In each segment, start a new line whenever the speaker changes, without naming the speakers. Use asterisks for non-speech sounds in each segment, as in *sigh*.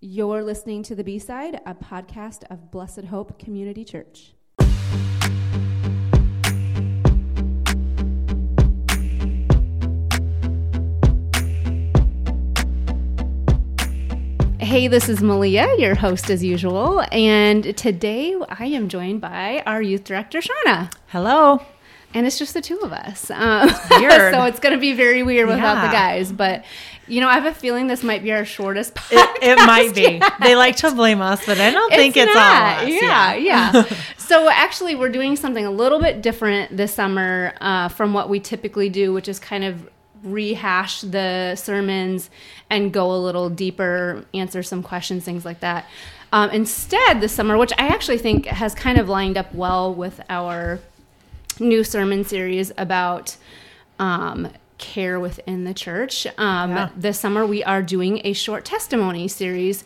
You're listening to The B Side, a podcast of Blessed Hope Community Church. Hey, this is Malia, your host as usual, and today I am joined by our youth director, Shauna.
Hello.
And it's just the two of us. *laughs* Um,
Weird.
so it's going to be very weird without the
Yeah.
guys. But, you know, I have a feeling this might be our shortest podcast.
*laughs* It, it might be. They like to blame us, but I don't think it's all us.
Yeah, yeah.
*laughs*
so actually, we're doing something a little bit different this summer uh, from what we typically do, which is kind of rehash the sermons and go a little deeper, answer some questions, things like that. Um, instead, this summer, which I actually think has kind of lined up well with our new sermon series about um, care within the church. Um,
Yeah.
This summer, we are doing a short testimony series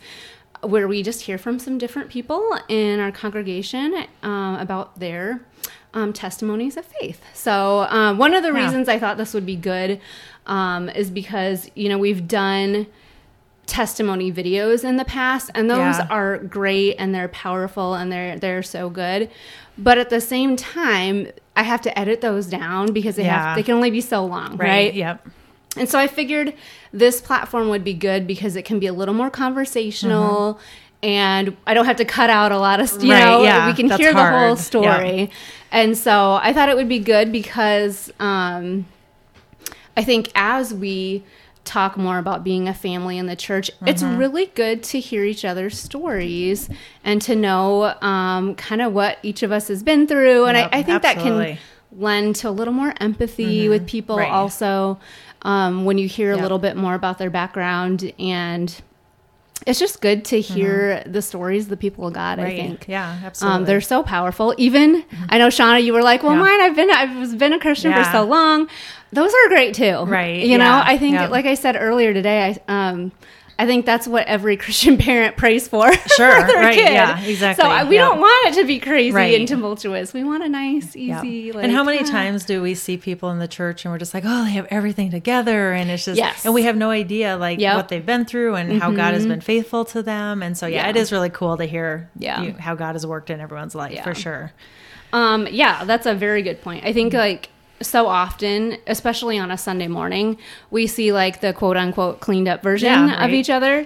uh, where we just hear from some different people in our congregation um, about their um, testimonies of faith. So, um, one of the
Yeah.
reasons I thought this would be good um, is because, you know, we've done testimony videos in the past and those
Yeah.
are great and they're powerful and they're they're so good but at the same time i have to edit those down because they
Yeah.
have they can only be so long right,
Right. Yep.
and so i figured this platform would be good because it can be a little more conversational and i don't have to cut out a lot of st- you
Mm-hmm. Right,
know
yeah,
we can
that's
hear the
hard.
whole
Yeah.
story and so i thought it would be good because um I think as we talk more about being a family in the church, it's
Mm-hmm.
really good to hear each other's stories and to know um, kind of what each of us has been through. And
Yep,
I, I think that
absolutely. Mm-hmm.
can lend to a little more empathy with people
right.
also um, when you hear a
Yep.
little bit more about their background. And it's just good to hear the stories the people got, I
Mm-hmm. Right.
think.
Yeah, absolutely. Mm-hmm.
Um, they're so powerful. Even I know Shauna, you were like, "Well,
Yeah.
mine. I've been I've been a Christian for
Yeah.
so long. Those are great too,
Right,
You know,
yeah,
I think,
yeah.
like I said earlier today, I um, I think that's what every *laughs* Christian parent prays for. *laughs*
Sure,
for their
right,
kid.
yeah, exactly,
So I, we
yeah.
don't want it to be crazy
Right.
and tumultuous. We want a nice,
Yeah.
easy. Like,
and how many
ah.
times do we see people in the church and we're just like, oh, they have everything together, and it's just,
Yes.
and we have no idea like
Yep.
what they've been through and how God has been faithful to them, and so Mm-hmm. yeah,
Yeah.
it is really cool to hear
Yeah.
you- how God has worked in everyone's life
Yeah.
for *laughs* sure.
Um, yeah, that's a very good point. I think like so often, especially on a Sunday morning, we see like the quote unquote cleaned up version
Yeah,
of
right.
each other.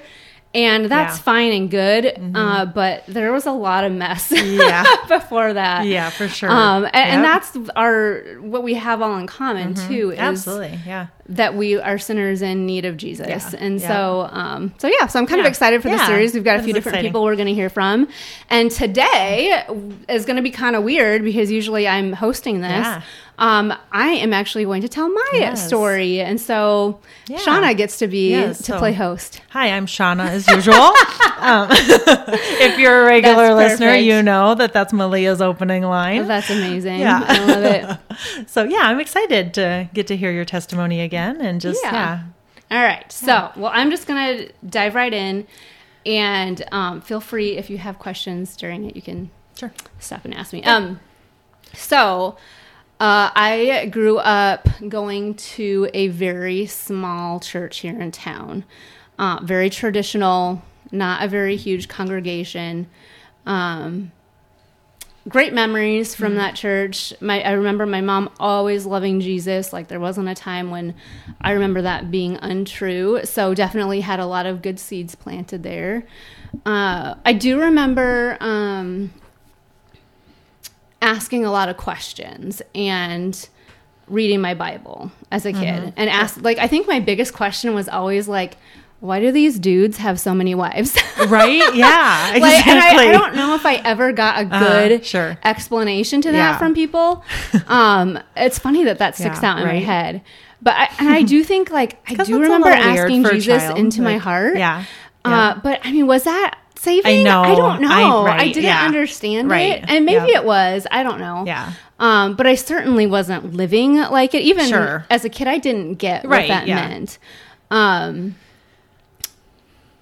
And that's
Yeah. Mm-hmm.
fine and good, uh, but there was a lot of mess
Yeah.
*laughs* before that.
Yeah, for sure.
Um, a- and,
Yep. Mm-hmm.
that's our what we have all in common too is
Absolutely, yeah.
that we are sinners in need of Jesus.
Yeah.
And
Yeah.
so, um, so yeah, so I'm kind of
Yeah.
excited for the
Yeah.
series. We've got a
That
few
is
different
exciting.
people we're going to hear from. And today is going to be kind of weird because usually I'm hosting this.
Yeah.
Um, I am actually going to tell my
Yes.
story. And so
Yeah.
Shauna gets to be,
Yes,
to
so-
play host.
Hi, I'm Shauna as usual. *laughs* um, if you're a regular
That's
listener,
perfect.
you know that that's Malia's opening line.
That's amazing.
Yeah.
I love
*laughs*
it.
So yeah, I'm excited to get to hear your testimony again and just
Yeah.
yeah.
All right. So, well, I'm just going to dive right in and um, feel free if you have questions during it, you can
Sure.
stop and ask me. Um, so uh, I grew up going to a very small church here in town, uh, very traditional, not a very huge congregation. Um, great memories from that church. My I remember my mom always loving Jesus. Like there wasn't a time when I remember that being untrue. So definitely had a lot of good seeds planted there. Uh, I do remember. Um, asking a lot of questions and reading my Bible as a kid and ask like I think my biggest question was always like why do these dudes have so many wives? *laughs*
Right? Yeah. Exactly. Uh,
like and I, I don't know if I ever got a good
sure.
explanation to that
Yeah.
from
*laughs*
people. Um, it's funny that that sticks
Yeah,
out in my
right.
head. But I, and I do think like I
*laughs* 'Cause
do
that's a
remember
little weird
asking
for a
Jesus
child.
into my
Like,
heart.
Yeah. Yeah.
Uh, but I mean, was that saving?
know.
I don't know.
I-
I,
right,
didn't
yeah.
understand
Right,
it, and maybe
yeah.
it was. I don't know.
Yeah.
Um, but I certainly wasn't living like it. Even
Sure.
as a kid, I didn't get what
Right,
that
yeah.
meant. Um.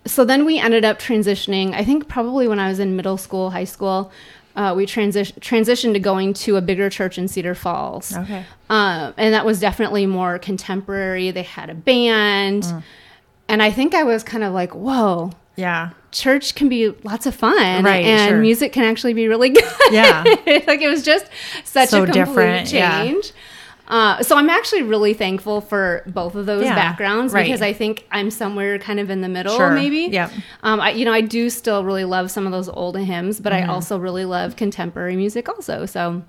So then we ended up transitioning. I think probably when I was in middle school, high school, uh, we transi- transitioned to going to a bigger church in Cedar Falls. *laughs*
Okay.
Um, and that was definitely more
Mm.
contemporary. They had a band. And I think I was kind of like, whoa,
Yeah.
church can be lots of fun
Right,
and
sure.
music can actually be really *laughs* good
Yeah.
like it was just such
So
a complete
different, yeah.
change uh, so i'm actually really thankful for both of those
Yeah,
backgrounds
right.
because i think i'm somewhere kind of in the middle
Sure,
maybe
yep.
um, I, you know i do still really love some of those old hymns but
Mm-hmm.
i also really love contemporary music also so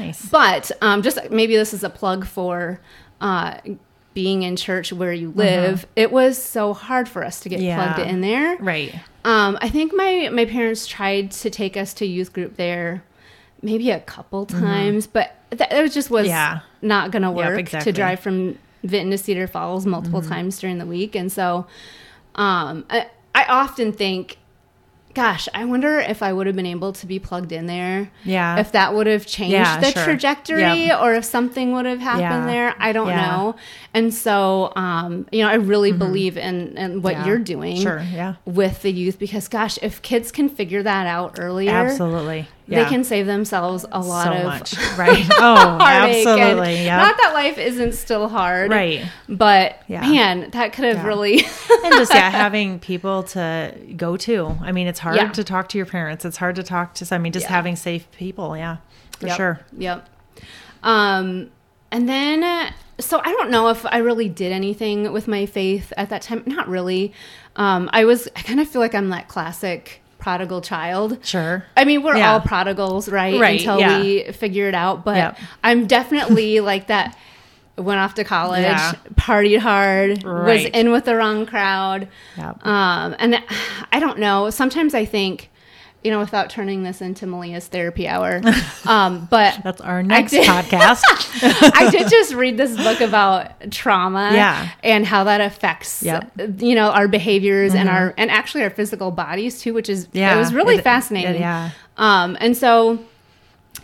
Nice.
but um, just maybe this is a plug for uh, being in church where you live. It was so hard for us to get
Uh-huh. Yeah.
plugged in there.
Right.
Um, I think my my parents tried to take us to youth group there, maybe a couple times, but that it was- just was
Mm-hmm. Yeah.
not going to work
exactly. Mm-hmm.
to drive from Vinton to Cedar Falls multiple times during the week, and so um, I, I often think. Gosh, I wonder if I would have been able to be plugged in there.
Yeah.
If that would have changed
Yeah,
the
sure.
trajectory
Yep.
or if something would have happened
Yeah.
there. I don't
Yeah. Mm-hmm.
know. And so, um, you know, I really believe in, in what
Yeah.
you're doing
Sure, yeah.
with the youth because, gosh, if kids can figure that out earlier,
Absolutely. Yeah.
they can save themselves a lot
so
of *laughs*
much. Right. Oh,
heartache. and
absolutely. Yeah.
Not that life isn't still hard.
Right.
But,
Yeah.
man, that could have
Yeah.
really. *laughs*
and just yeah, having people to go to. I mean, it's hard
Yeah.
to talk to your parents. It's hard to talk to. I mean, just
Yeah.
having safe people. Yeah, for
Yep,
sure.
Yep. Um, and then, uh, so I don't know if I really did anything with my faith at that time. Not really. Um, I was, I kind of feel like I'm that classic prodigal child.
Sure.
I mean, we're
Yeah.
all prodigals, right?
Right,
Until
yeah.
we figure it out. But
Yep.
I'm definitely *laughs* like that. Went off to college,
Yeah.
partied hard, was
Right.
in with the wrong crowd.
Yep.
Um, and *sighs* I don't know. Sometimes I think, you know, without turning this into Malia's therapy
*laughs*
hour, um, but
That's our next
did-
podcast.
I
*laughs*
did just read this book about trauma
Yeah.
and how that affects
Yep. Mm-hmm.
you know our behaviors and our and actually our physical bodies too, which is *laughs*
Yeah.
it was really
It-
fascinating.
yeah.
Um and so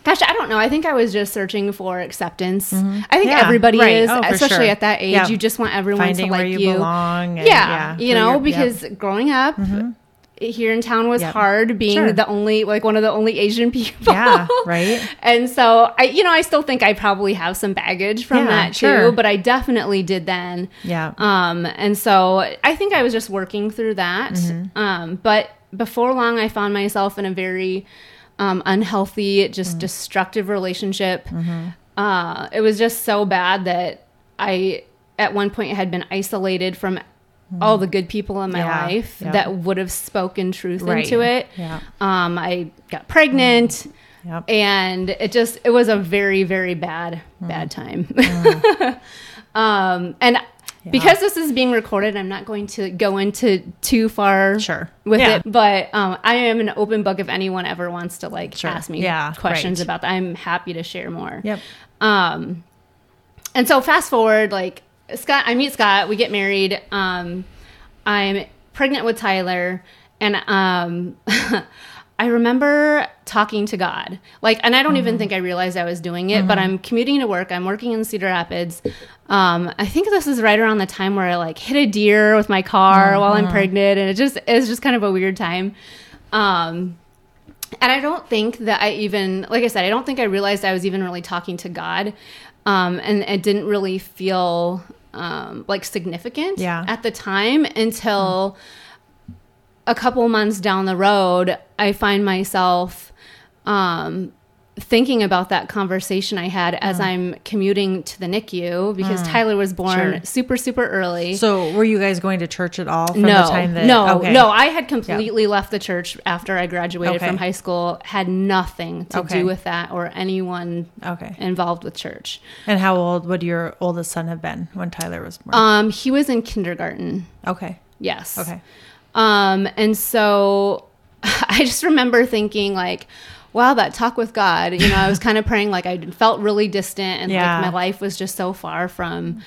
gosh, I don't know. I think I was just searching for acceptance. I think
Mm-hmm. Yeah,
everybody
right.
is,
Oh, for
especially
sure.
at that age.
Yeah.
You just want everyone
Finding
to like
where you, belong. and,
yeah, you
who
know,
you're-
because growing up here in town was
Mm-hmm. Yep.
hard, being
Sure.
the only like one of the only Asian *laughs* people.
Yeah, right.
and so I, you know, I still think I probably have some baggage from
Yeah,
that
sure.
too, but I definitely did then.
yeah, yeah,
Um, and so I think I was just working through that.
Mm-hmm.
Um, but before long, I found myself in a very um, unhealthy, just
Mm.
destructive relationship.
Mm-hmm.
Uh, it was just so bad that I, at one point, had been isolated from all the good people in my
Mm. Yeah,
life
yeah.
that would have spoken truth
Right,
into it.
yeah.
Um, I got pregnant.
Yep.
And it just it was a very very bad
Hmm.
bad time. *laughs* um and because this is being recorded, I'm not going to go into too far
Sure.
with
Yeah.
it, but um I am an open book if anyone ever wants to like
Sure.
ask me
Yeah,
questions
right.
about that. I'm happy to share more.
yep.
Um, and so fast forward, like Scott, I meet Scott, we get married. Um, I'm pregnant with Tyler, and um, *laughs* I remember talking to God, like, and I don't even think I realized I was doing it, but I'm commuting to work. I'm working in Cedar Rapids. Um, I think this is right around the time where I like hit a deer with my car while I'm pregnant, and it just it's just kind of a weird time. Um, and I don't think that I even, like I said, I don't think I realized I was even really talking to God. Um, and it didn't really feel um, like significant
Yeah.
at the time until a couple months down the road, I find myself um, thinking about that conversation I had as
Mm.
I'm commuting to the NICU because Tyler was born
Sure.
super, super early
So, were you guys going to church at all from
no,
the time that?
no,
okay.
no. I had completely left the church after I graduated
Okay.
from high school. Had nothing to
Okay.
do with that or anyone
Okay.
involved with church.
And how old would your oldest son have been when Tyler was born?
Um, he was in kindergarten.
okay.
Yes.
Okay.
Um, and so *laughs* I just remember thinking like, wow, that talk with God, you know, I was kind of praying like I felt really distant and
Yeah. Mm-hmm.
like my life was just so far from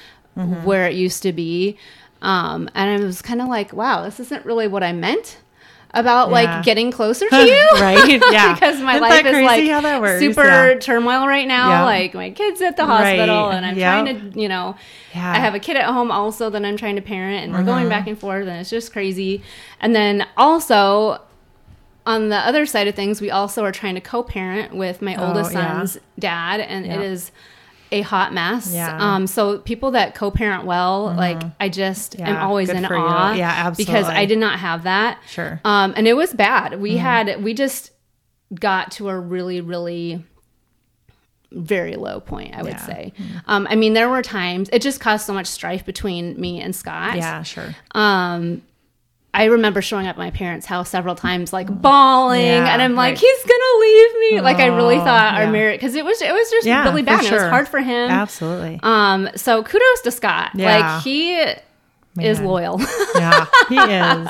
where it used to be. Um, and I was kind of like, wow, this isn't really what I meant about
Yeah.
like getting closer
*laughs*
to you. *laughs*
right. Yeah.
because my
Isn't
life
that
is
crazy
like
how that works?
super
Yeah.
turmoil right now.
Yeah.
Like my kids at the hospital,
Right.
and I'm
Yep.
trying to, you know,
Yeah.
I have a kid at home also that I'm trying to parent, and we're
Uh-huh.
going back and forth, and it's just crazy. And then also on the other side of things, we also are trying to co-parent with my
Oh,
oldest
yeah.
son's dad, and
Yep.
it is a hot mess.
Yeah. Uh-huh.
Um, so people that co-parent well, like I just am
Yeah,
always
good
in
for you.
awe.
Yeah,
Because I
absolutely.
did not have that.
Sure. Mm-hmm.
Um, and it was bad. We had we just got to a really really very low point. I would
Yeah.
say. Um, I mean, there were times it just caused so much strife between me and Scott.
Yeah,
Um,
sure.
I remember showing up at my parents' house several times, like bawling,
Yeah,
and I'm like,
right.
he's gonna leave me. like I really thought our
yeah.
marriage because it was it was just
Yeah,
really
for
bad. and It was
sure.
hard for him. *laughs*
Absolutely.
Um, so kudos to Scott.
Yeah.
Like he is
Man.
loyal, *laughs*
yeah, he is.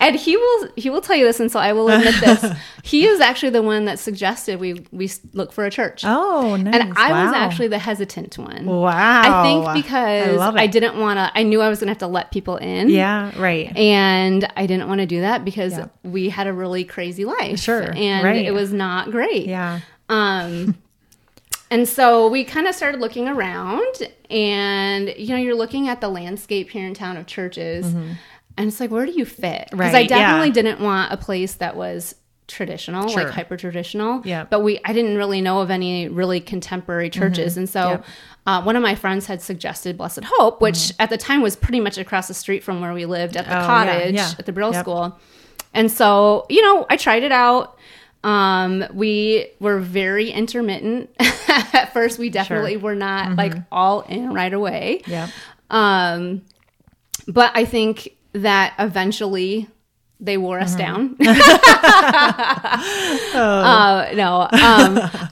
and he will he will tell you this, and so I will admit
*laughs*
this. He is actually the one that suggested we we s- look for a church.
Oh, nice.
And I was
Wow.
actually the hesitant one.
Wow.
I think because
love
I,
it.
didn't want to. I knew I was going to have to let people in.
Yeah, right.
and I didn't want to do that because
Yeah.
we had a really crazy life.
Sure,
and
right.
it was not great.
Yeah.
Um, and so we kind of started looking around, and you know, you're looking at the landscape here in town of churches, and it's like, where do you fit? Because I
Mm-hmm. Right, yeah.
definitely didn't want a place that was traditional
Sure.
like hyper traditional
Yeah. Mm-hmm.
but we i didn't really know of any really contemporary churches and so
Yep. Mm-hmm.
uh, one of my friends had suggested blessed hope which at the time was pretty much across the street from where we lived at the
Oh, yeah,
cottage
yeah.
at the Brill
Yep.
School. And so, you know, I tried it out. Um, we were very intermittent *laughs* at first. We definitely were not
Mm-hmm.
like all in right away.
Yeah.
Um, but I think that eventually they wore
Mm-hmm.
us
*laughs*
down. *laughs*
Oh.
uh, no, um,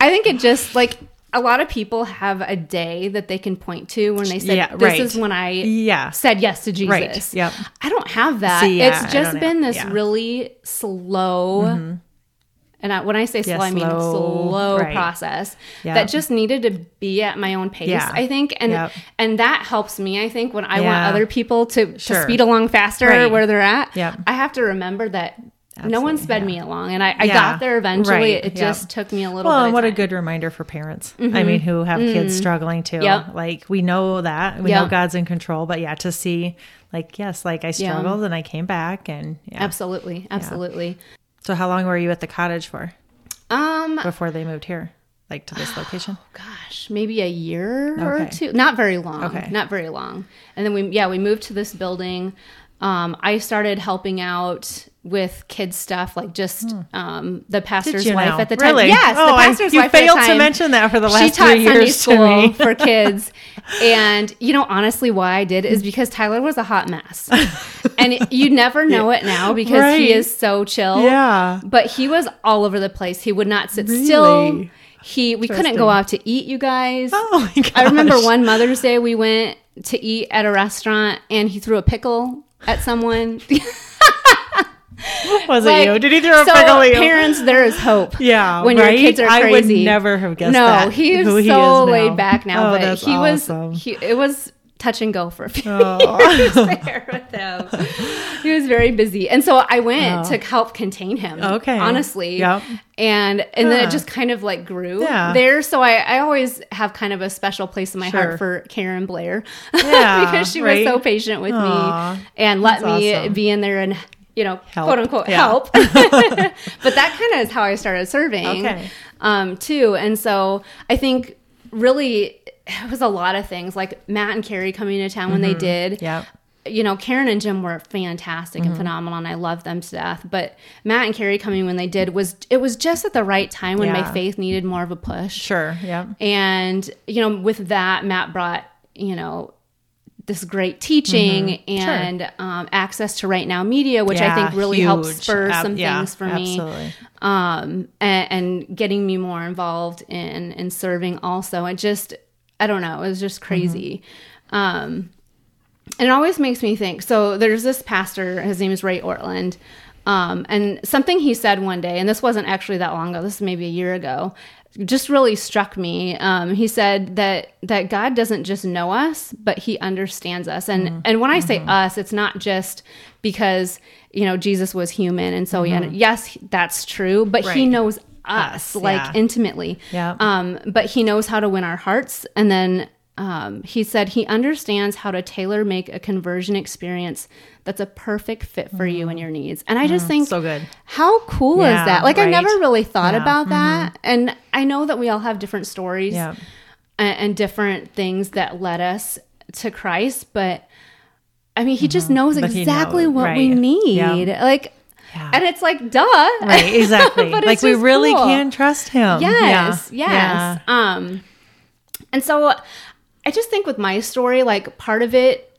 I think it just like a lot of people have a day that they can point to when they say,
Yeah,
"This
right.
is when I
Yeah.
said yes to Jesus."
Right, yep.
I don't have that.
See, yeah, I
it's just
don't
been
have-
this
yeah. Mm-hmm.
really slow. And I, when I say slow,
Yeah,
I mean
slow,
slow
right.
process that
Yep.
just needed to be at my own pace.
Yeah.
I think, and
Yep.
and that helps me. I think when I
Yeah.
want other people to, to
Sure.
speed along faster
Right.
where they're at,
Yep.
I have to remember that no one sped me along, and I, I
Yeah.
got there eventually.
Right.
It
Yep.
just took me a little.
Well,
bit
and
of
what a
time. Mm-hmm.
good reminder for parents. I mean, who have kids struggling too.
Yep.
Like we know that we
Yeah.
know God's in control, but yeah, to see like yes, like I struggled and I came back and yeah.
absolutely, absolutely.
So how long were you at the cottage for
Um,
before they moved here, like
*sighs*
to this location?
gosh, maybe a year or
Okay.
two. Not very long.
Okay.
Not very long. And then we yeah, we moved to this building. Um, I started helping out with kids stuff, like just um, the pastor's
Hmm. you
wife
know?
at the time.
Really?
Yes,
Oh,
the
I-
pastor's
you
wife. at the
failed to
time,
mention that for the
she
last
taught
three
Sunday
years to
school *laughs*
me. *laughs*
for kids, and you know, honestly, why I did is because Tyler was a hot
*laughs*
mess, and it- you never know it now because
Right.
he is so chill.
Yeah.
but he was all over the place. He would not sit still.
Really?
He we couldn't go out to eat, you guys.
Oh my god.
I remember one Mother's Day we went to eat at a restaurant and he threw a pickle at
*laughs*
someone.
was
Like,
it you? Did he throw a
so
pickle at you?
Parents, there is hope.
*laughs* Yeah,
when
right?
your kids are
I
crazy,
would never have guessed
No,
that,
he is
who
so
he is now.
laid back now.
Oh,
but
that's
he
awesome.
was he, it was touch and go for a few
Oh. *laughs*
years *laughs* there with him. He was very busy, and so I went to help contain him.
Oh. Okay.
honestly,
Yep.
And and then
Huh.
it just kind of like grew
Yeah.
there. So I, I always have kind of a special place in my
Sure.
heart for Karen Blair *laughs*
Yeah,
because she
right?
was so patient with
Aw,
me and let
that's
me
awesome.
be in there and you know
Help.
quote unquote
Yeah. *laughs*
help *laughs* but that kind of is how I started serving,
Okay.
um, too. And so I think really it was a lot of things like Matt and Carrie coming to town when
Mm-hmm.
they did.
Yep.
You know, Karen and Jim were fantastic
Mm-hmm.
and phenomenal, and I love them to death. But Matt and Carrie coming when they did was it was just at the right time when my
Yeah.
faith needed more of a push.
Sure. Yep.
And you know, with that, Matt brought you know this great teaching and um, access to right now media, which I
Mm-hmm. Yeah,
think really helped
huge.
spur
Ab-
some
yeah,
things for me
Absolutely.
um, and, and getting me more involved in in serving also. It just I don't know. It was
Mm-hmm.
just crazy. Um, and it always makes me think. So there's this pastor. His name is Ray Ortland. Um, and something he said one day, and this wasn't actually that long ago. This is maybe a year ago. Just really struck me. Um, he said that that God doesn't just know us, but He understands us. And
Mm-hmm.
and when I say us, it's not just because you know Jesus was human, and so he under- yes, that's true. But He
Mm-hmm. Right.
knows us,
Us,
like
yeah.
intimately.
Yeah.
Um, but he knows how to win our hearts. And then um, he said he understands how to tailor make a conversion experience that's a perfect fit for you and your needs. And I just think
Mm. so good.
How cool is
Yeah,
that? Like I
right.
never really thought
Yeah,
about
Mm-hmm.
that. And I know that we all have different stories.
Yeah.
and, and different things that led us to Christ. But I mean, He just knows
Mm-hmm. But he
exactly
knows,
what
right.
we
Yeah.
need. Like,
Yeah.
and it's like, duh.
*laughs* Right, exactly.
But it's
like we
just
really
cool.
can trust him.
Yes, yes.
Yeah. Yeah.
Um, and so I just think with my story, like part of it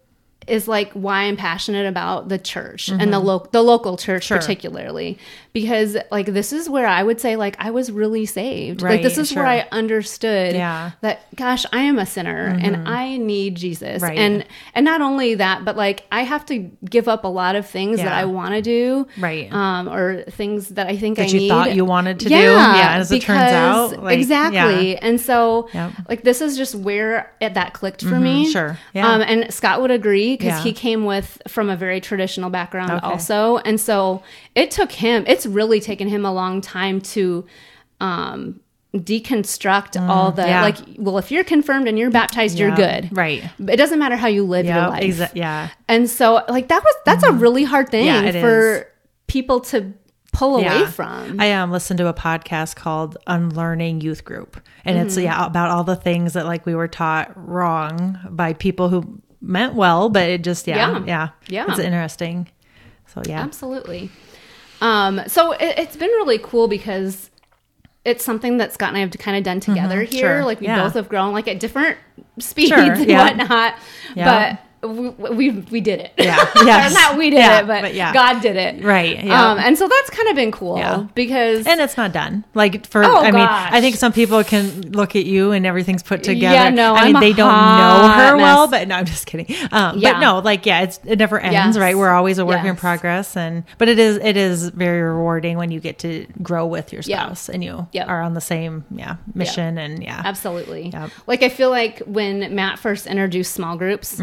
is like why I'm passionate about the church and
Mm-hmm.
the local the local church particularly because like this is where I would say like I was really saved. Like this
Right,
is where
sure.
I understood
Yeah. Mm-hmm.
that gosh, I am a sinner and I need Jesus.
Right.
And and not only that, but like I have to give up a lot of things that
Yeah.
I want to do.
Right.
Um or things that I think I
That you thought
need.
you wanted to do. Yeah, and as it turns
because-
out, like,
exactly. And so,
Yep. Mm-hmm,
like, this is just where it, that clicked for me.
sure. Yeah.
Um, and Scott would agree because
Yeah.
he came with from a very traditional background
Okay.
also. And so it took him, it's really taken him a long time to, um, deconstruct all the
Mm, yeah.
like well if you're confirmed and you're baptized you're
Yeah,
good
right.
it doesn't matter how you live your
Yeah.
life
exa- yeah.
and so like that was that's a really hard thing
Yeah, it
for
is.
people to pull
Yeah.
away from
I um listened to a podcast called Unlearning Youth Group, and it's
Mm-hmm.
yeah about all the things that like we were taught wrong by people who meant well, but it just yeah
Yeah.
yeah yeah,
Yeah.
it's interesting. So yeah,
Absolutely. Um, so it, it's been really cool because it's something that Scott and I have kind of done together here.
Mm-hmm. sure.
Like we
Yeah.
both have grown like at different speeds
Sure,
and
yeah.
whatnot,
Yeah.
but we, we we did it.
Yeah,
*laughs* Or
yes.
not we did
Yeah,
it, but,
but yeah.
God did it.
Right, yeah.
Um, and so that's kind of been cool
Yeah.
because
and it's not done. Like for
Oh,
I mean,
gosh.
I think some people can look at you and everything's put together.
Yeah, no,
I
I'm
mean
a
they don't know
hot
her well,
mess.
but no, I'm just kidding. Um,
Yeah.
But no, like yeah, it's it never ends,
Yes.
right? We're always a work in
Yes.
progress, and but it is it is very rewarding when you get to grow with your
Yeah.
spouse and you
Yep.
are on the same yeah mission and yeah
Absolutely.
Yep.
Like I feel like when Matt first introduced small groups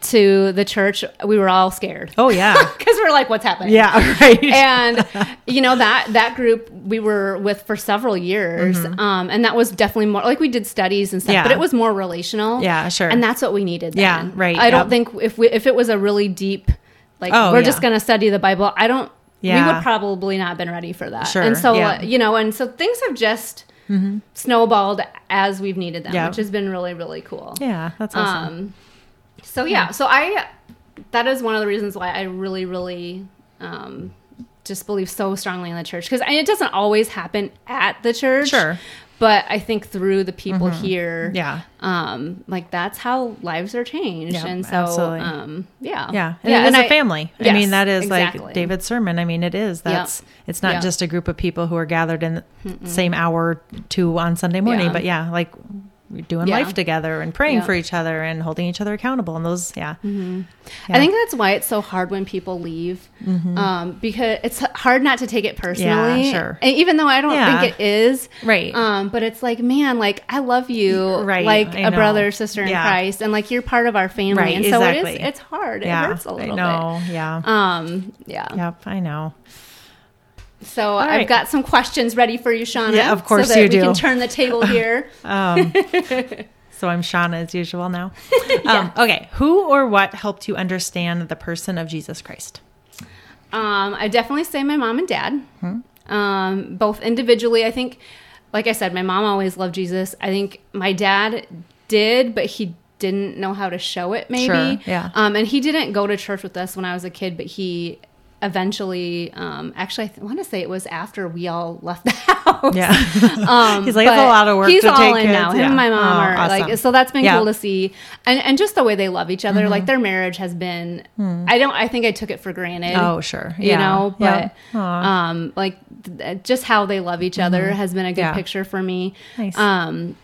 to the church, we were all scared.
Mm-hmm.
*laughs*
oh yeah *laughs*
Because we're like, what's happening?
yeah right
*laughs* and you know that that group we were with for several years um, and that was definitely more like we did studies and stuff
Mm-hmm. Yeah.
but it was more relational
Yeah, sure.
and that's what we needed
Yeah,
then.
right,
i don't
yep.
think if we if it was a really deep like
Oh,
we're
yeah.
just gonna study the bible i don't we
Yeah.
would probably not have been ready for that
Sure,
and so
yeah. Mm-hmm.
uh, you know and so things have just snowballed as we've needed them
Yeah.
which has been really really cool
yeah that's awesome Hmm.
um, so yeah, so I that is one of the reasons why I really, really um, just believe so strongly in the church because it doesn't always happen at the church,
Sure. Mm-hmm.
but I think through the people here,
yeah
um, like that's how lives are changed,
Yeah,
and so
absolutely.
um, yeah,
Yeah. And it is
and
a
I-
family. I
Yes,
mean, that is
exactly.
like David's sermon. I mean, it is. That's it's not
Yeah.
just a group of people who are gathered in the same hour two on Sunday morning,
Yeah.
but yeah, like we're doing
Yeah.
life together and praying
Yeah. Mm-hmm.
for each other and holding each other accountable and those yeah. Mm-hmm.
I think that's why it's so hard when people leave, um, because it's hard not to take it personally.
sure.
And even though I don't
Yeah.
think it is,
Right.
Um, but it's like, man, like I love you,
Right,
Like
I
a
know.
brother, sister in
Yeah.
Christ, and like you're part of our family.
Right,
and so it
exactly.
is. It's hard.
yeah.
It hurts a little
I know. Yeah.
bit. Um, yeah.
Yep, I know.
So I've
right.
got some questions ready for you, Shauna.
Yeah, of course
so that
you
We can
do.
turn the table
*laughs*
here.
So I'm Shauna as
*laughs*
usual now. um, okay. Who or what helped you understand the person of Jesus Christ?
Um, I definitely say my mom and dad,
Hmm.
um, both individually. I think, like I said, my mom always loved Jesus. I think my dad did, but he didn't know how to show it. Maybe,
Sure, yeah.
Um, and he didn't go to church with us when I was a kid, but he eventually, um, actually, I th- want to say it was after we all left the *laughs* house.
Yeah.
Um,
*laughs* He's like, "It's a
but
lot of work
He's
to
all
take
in now.
kids."
Him
Yeah.
and my mom
Oh,
are like,
awesome.
so that's been
Yeah. Mm-hmm.
cool to see, and and just the way they love each other. Like their marriage has been. I don't. I think I took it for granted.
Hmm. Oh, sure.
You
Yeah.
know,
Yeah.
but
Aw. Mm-hmm.
um, like th- th- just how they love each other has been a good
Yeah.
picture for me.
Nice.
Um,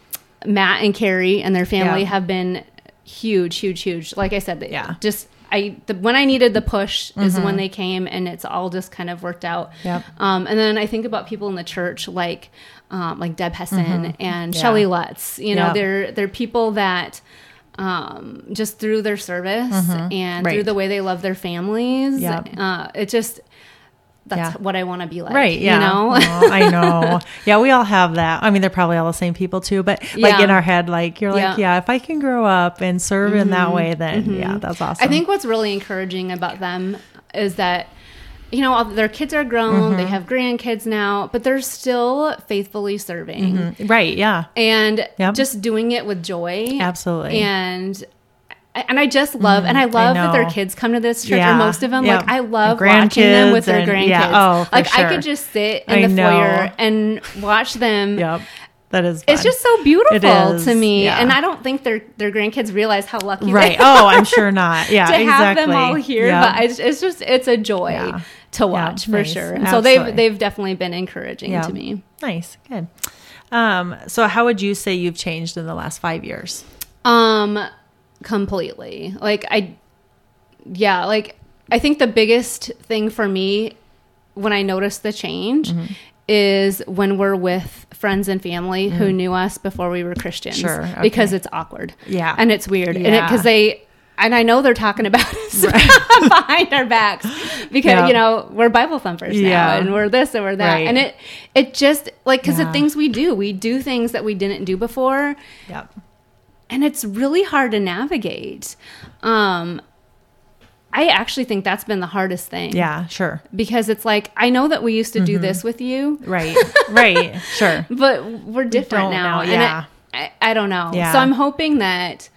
Matt and Carrie and their family
Yeah.
have been huge, huge, huge. Like I said, they-
Yeah. Mm-hmm.
Just I the, when I needed the push is when they came, and it's all just kind of worked out.
Yep.
Um, and then I think about people in the church like um, like Deb Hessen
Mm-hmm.
and Shelley Lutz. You know,
Yep.
they're they're people that. Um, just through their service and through
Mm-hmm. Right.
the way they love their families,
Yep.
uh, it just that's
Yeah.
what I want to be like.
Right. Yeah.
You *laughs* know?
Aw, I know. Yeah. We all have that. I mean, they're probably all the same people too, but like
Yeah.
in our head, like you're
Yeah. Mm-hmm.
like, yeah, if I can grow up and serve in that way, then yeah, that's awesome.
I think what's really encouraging about them is that you know, all- their kids are grown,
Mm-hmm.
they have grandkids now, but they're still faithfully serving
Mm-hmm. Right. Yeah.
and
Yep.
just doing it with joy.
Absolutely. Mm,
And and I just love, and I love that their
know.
kids come to this church,
Yeah.
or most of them.
Yep.
Like I love
And
watching them with their
grandkids
grandkids.
and- yeah. Oh, for
like I
sure.
could just sit in
I
the
know.
foyer and watch them.
Yep. That is.
It's
fun.
just *laughs* so beautiful
is,
to me,
yeah.
and I don't think their their grandkids realize how lucky *laughs*
right.
they
Oh, I'm sure not.
*laughs*
Yeah.
to have
exactly.
them all here.
Yep.
But it's, it's just it's a joy
Yeah.
to watch for
nice.
sure. And so
Absolutely.
they've they've definitely been encouraging
Yeah.
to me.
Nice. Good. Um, so how would you say you've changed in the last five years?
Um, completely. Like I, yeah. Like I think the biggest thing for me when I notice the change
Mm-hmm.
is when we're with friends and family who knew us before we were Christians.
Mm-hmm. Sure,
Because
okay.
it's awkward.
Yeah.
And it's weird. And it
Yeah.
because they. And I know they're talking about *laughs* us behind our backs because
Yeah.
you know we're Bible thumpers now,
Yeah.
and we're this and we're that,
Right.
and it it just like because
Yeah.
the things we do, we do things that we didn't do before,
Yep.
and it's really hard to navigate. Um, I actually think that's been the hardest thing. *laughs*
Yeah. Mm-hmm. Sure.
Because it's like, I know that we used to do this with you,
Right. right. Sure.
but we're different
don't
now.
know,
And I-
yeah.
I, I, don't know.
Yeah.
So I'm hoping that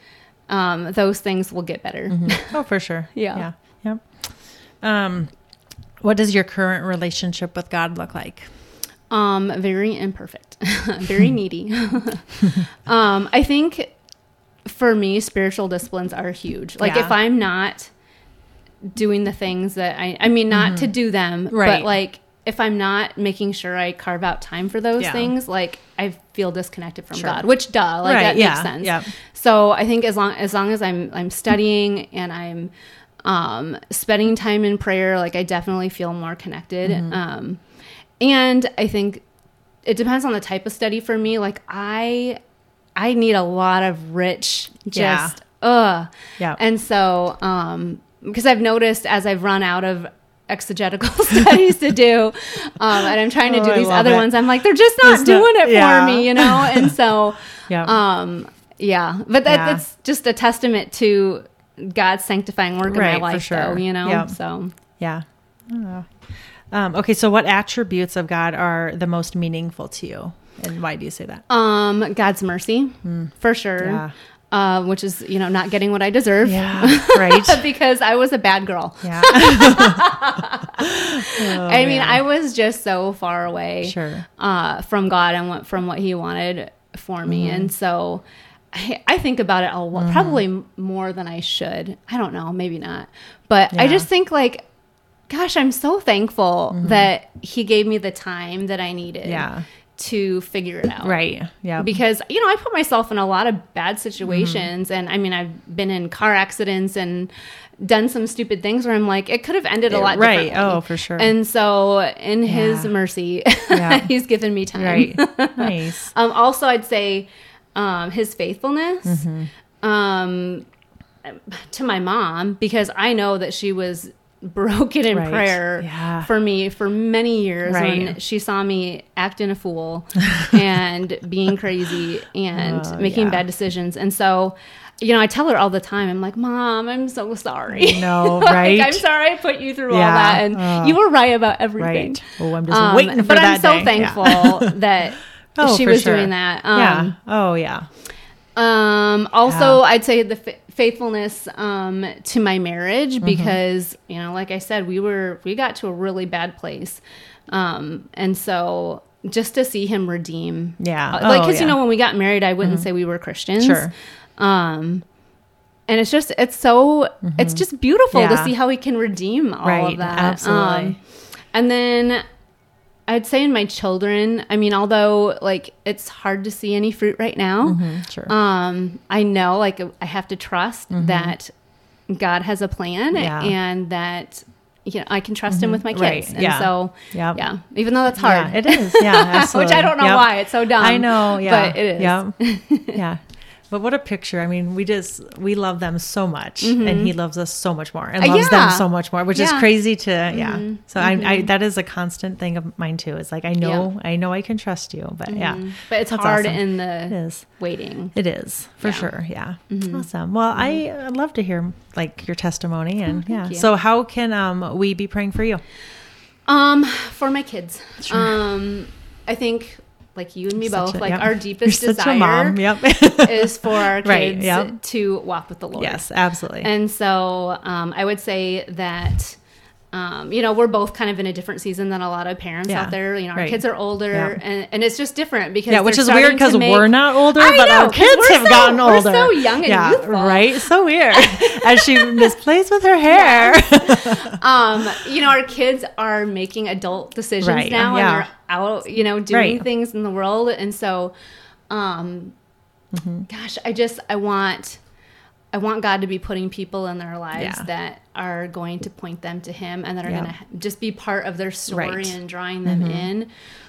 um, those things will get better.
Oh, for sure.
Yeah.
Yeah. Yep. Um, what does your current relationship with God look like?
Um, very imperfect, *laughs*
*laughs*
very needy. *laughs* um, I think for me, spiritual disciplines are huge. Like
Yeah.
if I'm not doing the things that I, I mean, not to do them,
Mm-hmm. Right.
but like if I'm not making sure I carve out time for those
Yeah.
things, like I feel disconnected from
Sure.
God, which duh, like
Right,
that
yeah,
makes sense.
yep.
So I think as long, as long as I'm, I'm studying and I'm, um, spending time in prayer, like I definitely feel more connected.
Mm-hmm.
Um, and I think it depends on the type of study for me. Like I, I need a lot of rich,
Yeah.
just ugh.
Yeah.
And so, um, because I've noticed as I've run out of exegetical *laughs* studies to do, um, and I'm trying to
Oh,
do
I
these
love
other
it.
ones, I'm like, they're just not
Just not-
doing it for
yeah.
me, you know. And
*laughs*
so,
Yeah.
um, yeah. But that,
Yeah.
that's just a testament to God's sanctifying work in
Right, for
my life,
sure.
though, you know.
Yeah.
So.
yeah. Oh. Um, okay. So what attributes of God are the most meaningful to you? And why do you say that?
Um, God's mercy, for sure.
Hmm. Yeah.
Uh, which is, you know, not getting what I deserve
Yeah. Right.
*laughs* because I was a bad girl.
yeah.
*laughs*
Oh,
I mean, I was just so far away
Sure.
uh, from God and what, from what He wanted for me,
Mm-hmm.
and so I, I think about it a lot, probably m- more than I should. I don't know, maybe not, but I
Yeah. Mm-hmm.
just think like, gosh, I'm so thankful that He gave me the time that I needed,
Yeah.
to figure it out,
Right. Mm-hmm. Yeah.
because you know i put myself in a lot of bad situations and i mean i've been in car accidents and done some stupid things where i'm like it could have ended a lot
Right.
differently.
Oh, for sure.
and so in his
Yeah.
mercy *laughs*
Yeah.
he's given me time *laughs*
right. nice.
um, also i'd say um, his faithfulness
Mm-hmm.
um, to my mom because i know that she was *laughs* broken in
Right.
prayer
Yeah.
for me for many years when
Right.
she saw me acting a
*laughs*
fool and being crazy and
Oh,
making
yeah.
bad decisions and so you know i tell her all the time i'm like mom i'm so sorry
No.
*laughs* Like,
Oh, Right.
i'm sorry i put you through all
Yeah.
that and
Oh.
you were right about everything Um,
Right. Oh, I'm just waiting for
but
that
I'm so
day. Yeah. *laughs*
thankful that
Oh,
she
for
was
sure.
doing that.
yeah.
Um,
Oh, yeah.
um, also, I'd say the fa- faithfulness um, to my marriage
Mm-hmm.
because you know, like I said, we were we got to a really bad place, um, and so just to see him redeem,
Yeah.
uh, like
Oh,
because you
yeah. Mm-hmm.
know when we got married, I wouldn't say we were Christians,
Sure.
Um, and it's just it's so it's just beautiful
Mm-hmm. Yeah.
to see how we can redeem all
Right,
of that. Um,
absolutely.
and then I'd say in my children, I mean, although like it's hard to see any fruit right now,
Sure.
um, I know like I have to trust that God has a plan
Mm-hmm. Yeah. Mm-hmm.
and that you know I can trust Him with my kids.
Right,
And
yeah.
so
Yep.
yeah, even though that's hard,
Yeah, it is. *laughs* Yeah, absolutely.
*laughs* which I don't know
Yep.
why it's so dumb.
I know. Yeah,
but it is.
Yeah,
*laughs*
yeah. But what a picture! I mean, we just we love them so much, and he loves us so much more, and
Mm-hmm. Uh,
loves
yeah.
them so much more, which is
Yeah. Mm-hmm.
crazy to yeah. So I, I that is a constant thing of mine too. Is like I know I know I can trust you, but yeah,
Mm-hmm. But it's
That's
hard
awesome.
in
it
the
is.
waiting.
It is for
Yeah. Mm-hmm.
sure. Yeah. Awesome. Well, I uh, love to hear like your testimony and yeah.
Oh, you.
So how can um we be praying for you?
Um, for my kids. Um, I think like you and me
Such
both,
a-
like
yep.
our deepest
You're such
desire
a mom. Yep.
*laughs* is for our kids
Right, yep.
to walk with the Lord.
yes, absolutely.
And so um, I would say that, um, you know, we're both kind of in a different season than a lot of parents
Yeah,
out there. You know, our
right.
kids are older
Yeah.
and, and it's just different because.
yeah, which
they're
is weird
starting to
because
make-
we're not older,
I
but
know,
our
'cause
kids
we're
have
so-
gotten
we're
older.
so young and
yeah,
youthful.
right?
*laughs*
So weird. As she misplays with her hair.
Um, you know, our kids are making adult decisions
Right,
now
yeah.
and they're out, you know, doing
Right.
things in the world. And so, um,
Mm-hmm.
gosh, I just, I want. I want God to be putting people in their lives
Yeah.
that are going to point them to Him and that are
Yeah.
going to just be part of their story
Right. Mm-hmm.
and drawing them in.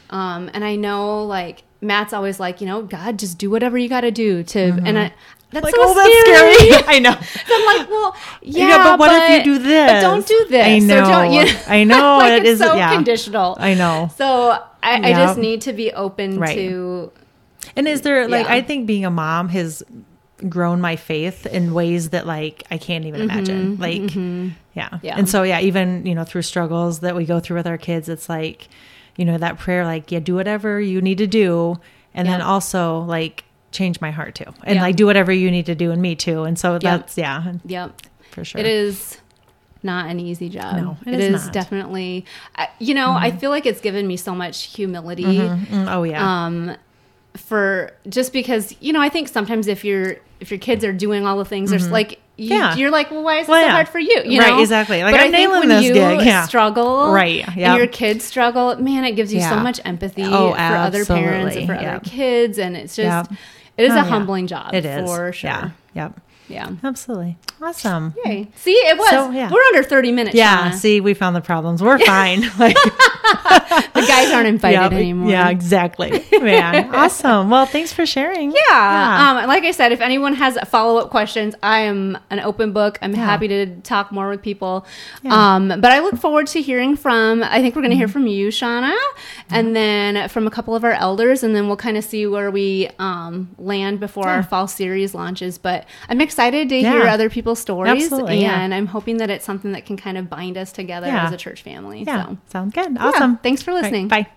Um, and I know, like Matt's always like, you know, God, just do whatever you got to do to. And I, that's
*laughs* Mm-hmm. like,
so
oh, that's
scary.
scary. *laughs* I know.
So I'm like, well, yeah,
*laughs* Yeah, but what if you do this?
But don't do this.
I
Or don't,
know.
you- *laughs*
I know,
like
it
it's
is-
so
yeah.
conditional.
I know.
So I, I
Yeah.
just need to be open
Right.
to.
And is there like
Yeah.
I think being a mom has grown my faith in ways that like I can't even
Mm-hmm.
imagine. Like yeah.
Yeah.
And so yeah, even you know through struggles that we go through with our kids, it's like you know that prayer like yeah, do whatever you need to do and then
Yeah.
also like change my heart too. And
Yeah.
like do whatever you need to do and me too. And so that's yeah,
Yep,
for sure.
it is not an easy job.
No, it
it
is
is,
not. Mm-hmm.
definitely. I- You know, I feel like it's given me so much humility.
Mm, oh yeah.
um, for just because you know I think sometimes if your if your kids are doing all the things there's like you,
Mm-hmm. Yeah.
you're like well why is it
Well,
so
yeah.
hard for you you
Right,
know
exactly. Like,
but
I'm
I think
nailing
when
this
you
gig, yeah.
struggle
Right, yeah.
and your kids struggle man it gives you so
Yeah.
much empathy
Oh,
for other parents
absolutely,
and for
yeah.
other kids and it's just
Yeah.
it is
Oh,
a
yeah.
humbling job
it is.
for sure
Yeah. Yep.
yeah,
Absolutely. Awesome.
Okay. see it was
So, yeah.
we're under 30 minutes
Yeah,
Shauna.
see, we found the
*laughs*
problems. We're fine. Like
the guys
*laughs*
aren't invited
yeah,
anymore
Yeah, exactly.
*laughs*
Man, awesome. Well, thanks for sharing.
Yeah. Um, and like I said, if anyone has follow up questions, I am an open book. I'm happy to talk more with people.
Yeah. Mm-hmm.
Um, but I look forward to hearing from, I think we're going to hear from you, Shauna, and then from a couple of our elders, and then we'll kind of see where we um, land before our fall series launches. But I'm excited to hear
Yeah.
other people's stories,
Absolutely, yeah.
and I'm hoping that it's something that can kind of bind us together
Yeah.
as a church family.
yeah.
So,
Sounds good.
yeah.
Awesome.
Thanks for
All right,
listening.
Bye.